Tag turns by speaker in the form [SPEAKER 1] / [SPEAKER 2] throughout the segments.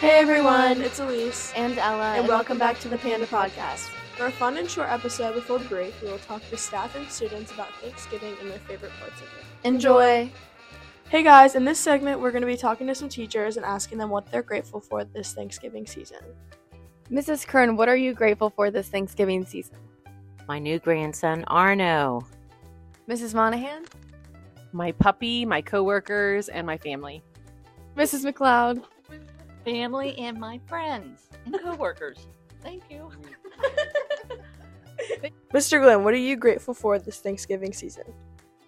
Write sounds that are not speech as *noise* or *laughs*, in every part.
[SPEAKER 1] Hey everyone, it's Elise,
[SPEAKER 2] and Ella,
[SPEAKER 1] and welcome back to the Panda Podcast. For a fun and short episode before the break, we will talk to staff and students about Thanksgiving and their favorite parts of it.
[SPEAKER 2] Enjoy.
[SPEAKER 1] Hey guys, in this segment, we're going to be talking to some teachers and asking them what they're grateful for this Thanksgiving season.
[SPEAKER 2] Mrs. Kern, what are you grateful for this Thanksgiving season?
[SPEAKER 3] my new grandson Arno.
[SPEAKER 2] Mrs. Monahan,
[SPEAKER 4] my puppy, my coworkers, and my family.
[SPEAKER 2] Mrs. McLeod,
[SPEAKER 5] family and my friends and coworkers. Thank you.
[SPEAKER 1] Mr. Glenn, what are you grateful for this Thanksgiving season?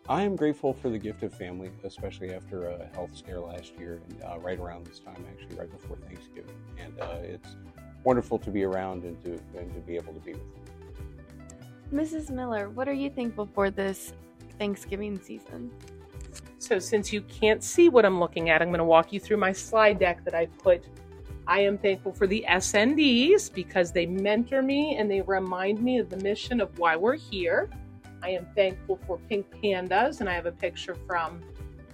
[SPEAKER 6] I am grateful for the gift of family, especially after a health scare last year and uh, right around this time, actually, right before Thanksgiving. And uh, it's wonderful to be around and to and to be able to be with. Them.
[SPEAKER 2] Mrs. Miller, what are you thankful for this Thanksgiving season?
[SPEAKER 7] So, since you can't see what I'm looking at, I'm going to walk you through my slide deck that I put. I am thankful for the SNDs because they mentor me and they remind me of the mission of why we're here. I am thankful for pink pandas, and I have a picture from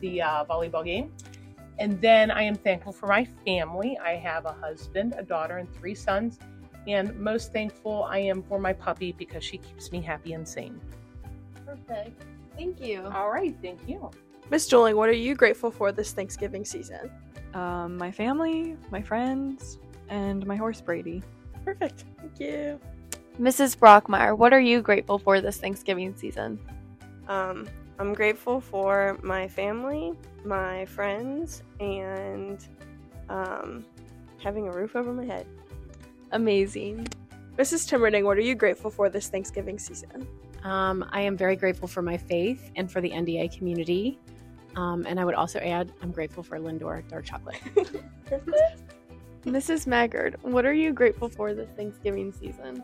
[SPEAKER 7] the uh, volleyball game. And then I am thankful for my family. I have a husband, a daughter, and three sons. And most thankful I am for my puppy because she keeps me happy and sane.
[SPEAKER 5] Perfect.
[SPEAKER 2] Thank you.
[SPEAKER 7] All right, thank you.
[SPEAKER 1] Miss Joling, what are you grateful for this Thanksgiving season?
[SPEAKER 8] um, my family, my friends, and my horse Brady.
[SPEAKER 1] Perfect. Thank you.
[SPEAKER 2] Mrs. Brockmeyer, what are you grateful for this Thanksgiving season?
[SPEAKER 9] Um, I'm grateful for my family, my friends, and um, having a roof over my head.
[SPEAKER 2] Amazing.
[SPEAKER 1] Mrs. Timmerding, what are you grateful for this Thanksgiving season?
[SPEAKER 10] Um, I am very grateful for my faith and for the NDA community. Um, and I would also add, I'm grateful for Lindor dark chocolate. *laughs*
[SPEAKER 2] Mrs. Maggard, what are you grateful for this Thanksgiving season?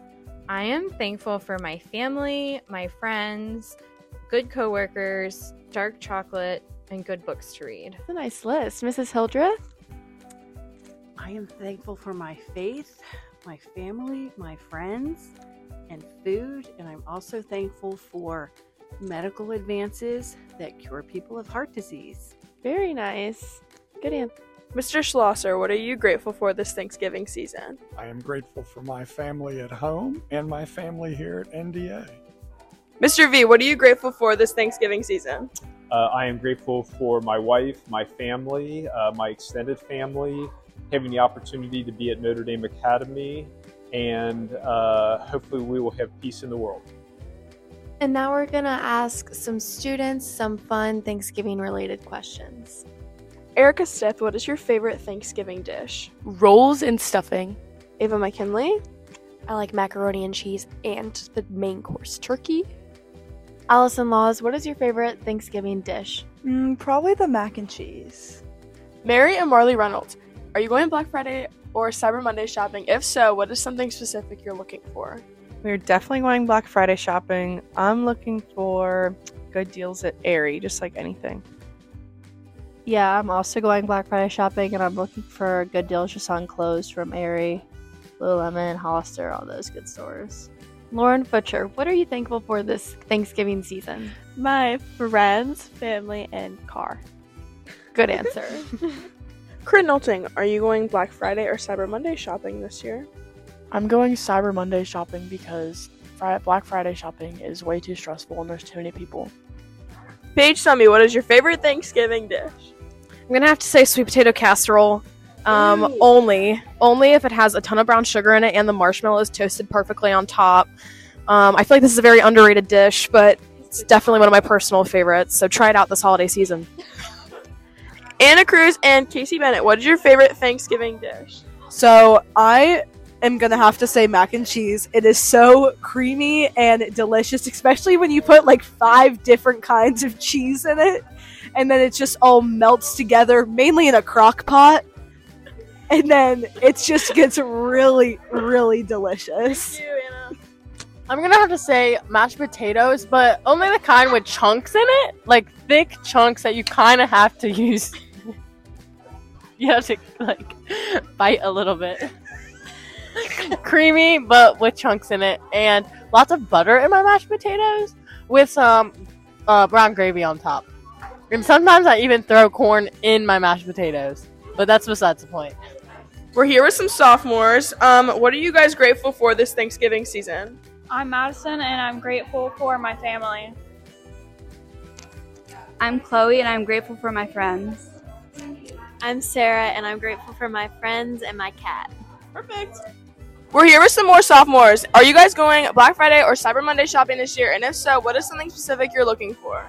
[SPEAKER 11] I am thankful for my family, my friends, good coworkers, dark chocolate, and good books to read.
[SPEAKER 2] That's a nice list. Mrs. Hildreth?
[SPEAKER 12] I am thankful for my faith, my family, my friends, and food. And I'm also thankful for medical advances that cure people of heart disease.
[SPEAKER 2] Very nice. Good answer.
[SPEAKER 1] Mr. Schlosser, what are you grateful for this Thanksgiving season?
[SPEAKER 13] I am grateful for my family at home and my family here at NDA.
[SPEAKER 1] Mr. V, what are you grateful for this Thanksgiving season?
[SPEAKER 14] Uh, I am grateful for my wife, my family, uh, my extended family, having the opportunity to be at Notre Dame Academy, and uh, hopefully we will have peace in the world.
[SPEAKER 2] And now we're going to ask some students some fun Thanksgiving related questions.
[SPEAKER 1] Erica Stith, what is your favorite Thanksgiving dish?
[SPEAKER 15] rolls and stuffing.
[SPEAKER 1] Ava McKinley,
[SPEAKER 16] I like macaroni and cheese and the main course turkey.
[SPEAKER 2] Allison Laws, what is your favorite Thanksgiving dish?
[SPEAKER 17] Mm, probably the mac and cheese.
[SPEAKER 1] Mary and Marley Reynolds, are you going Black Friday or Cyber Monday shopping? If so, what is something specific you're looking for?
[SPEAKER 18] We're definitely going Black Friday shopping. I'm looking for good deals at Aerie, just like anything.
[SPEAKER 19] Yeah, I'm also going Black Friday shopping and I'm looking for good deals just on clothes from Aerie, Lululemon, Hollister, all those good stores.
[SPEAKER 2] Lauren Butcher, what are you thankful for this Thanksgiving season?
[SPEAKER 20] My friends, family, and car. *laughs*
[SPEAKER 2] Good answer.
[SPEAKER 1] Corinne Nolting, are you going Black Friday or Cyber Monday shopping this year?
[SPEAKER 15] I'm going Cyber Monday shopping because Fri Black Friday shopping is way too stressful and there's too many people.
[SPEAKER 1] Paige Summy, what is your favorite Thanksgiving dish?
[SPEAKER 8] I'm gonna have to say sweet potato casserole. Um,
[SPEAKER 1] Ooh.
[SPEAKER 8] only, only if it has a ton of brown sugar in it and the marshmallow is toasted perfectly on top. Um, I feel like this is a very underrated dish, but it's definitely one of my personal favorites. So try it out this holiday season.
[SPEAKER 1] Anna Cruz and Casey Bennett, what is your favorite Thanksgiving dish?
[SPEAKER 3] So I am gonna have to say mac and cheese. It is so creamy and delicious, especially when you put like five different kinds of cheese in it, and then it just all melts together, mainly in a crock pot. And then it just gets really, really delicious.
[SPEAKER 1] you, Anna.
[SPEAKER 8] I'm gonna have to say mashed potatoes, but only the kind with chunks in it, like thick chunks that you kind of have to use. you have to like bite a little bit. Creamy, but with chunks in it, and lots of butter in my mashed potatoes with some uh, brown gravy on top. And sometimes I even throw corn in my mashed potatoes, but that's besides the point.
[SPEAKER 1] We're here with some sophomores. Um, what are you guys grateful for this Thanksgiving season?
[SPEAKER 11] I'm Madison, and I'm grateful for my family.
[SPEAKER 21] I'm Chloe, and I'm grateful for my friends.
[SPEAKER 2] I'm Sarah, and I'm grateful for my friends and my cat.
[SPEAKER 1] Perfect. We're here with some more sophomores. Are you guys going Black Friday or Cyber Monday shopping this year? And if so, what is something specific you're looking for?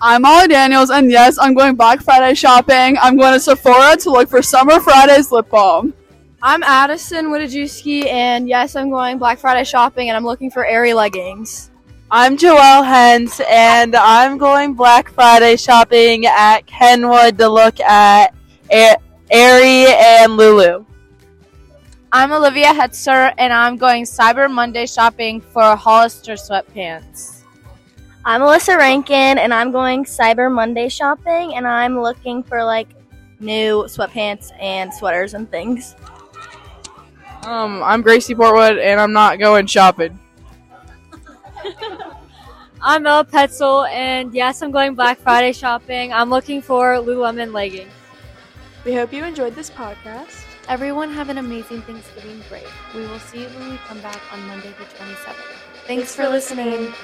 [SPEAKER 3] I'm Molly Daniels, and yes, I'm going Black Friday shopping. I'm going to Sephora to look for Summer Fridays lip balm.
[SPEAKER 22] I'm Addison Witajewski, and yes, I'm going Black Friday shopping, and I'm looking for airy leggings.
[SPEAKER 23] I'm Joelle Hens, and I'm going Black Friday shopping at Kenwood to look at A- Airy and Lulu.
[SPEAKER 24] I'm Olivia Hetzer, and I'm going Cyber Monday shopping for Hollister sweatpants.
[SPEAKER 25] I'm Alyssa Rankin, and I'm going Cyber Monday shopping, and I'm looking for like new sweatpants and sweaters and things.
[SPEAKER 26] Um, I'm Gracie Portwood, and I'm not going shopping.
[SPEAKER 27] *laughs* I'm Mel Petzel, and yes, I'm going Black Friday shopping. I'm looking for Lululemon leggings.
[SPEAKER 28] We hope you enjoyed this podcast.
[SPEAKER 29] Everyone have an amazing Thanksgiving break. We will see you when we come back on Monday the 27th. Thanks,
[SPEAKER 28] for listening.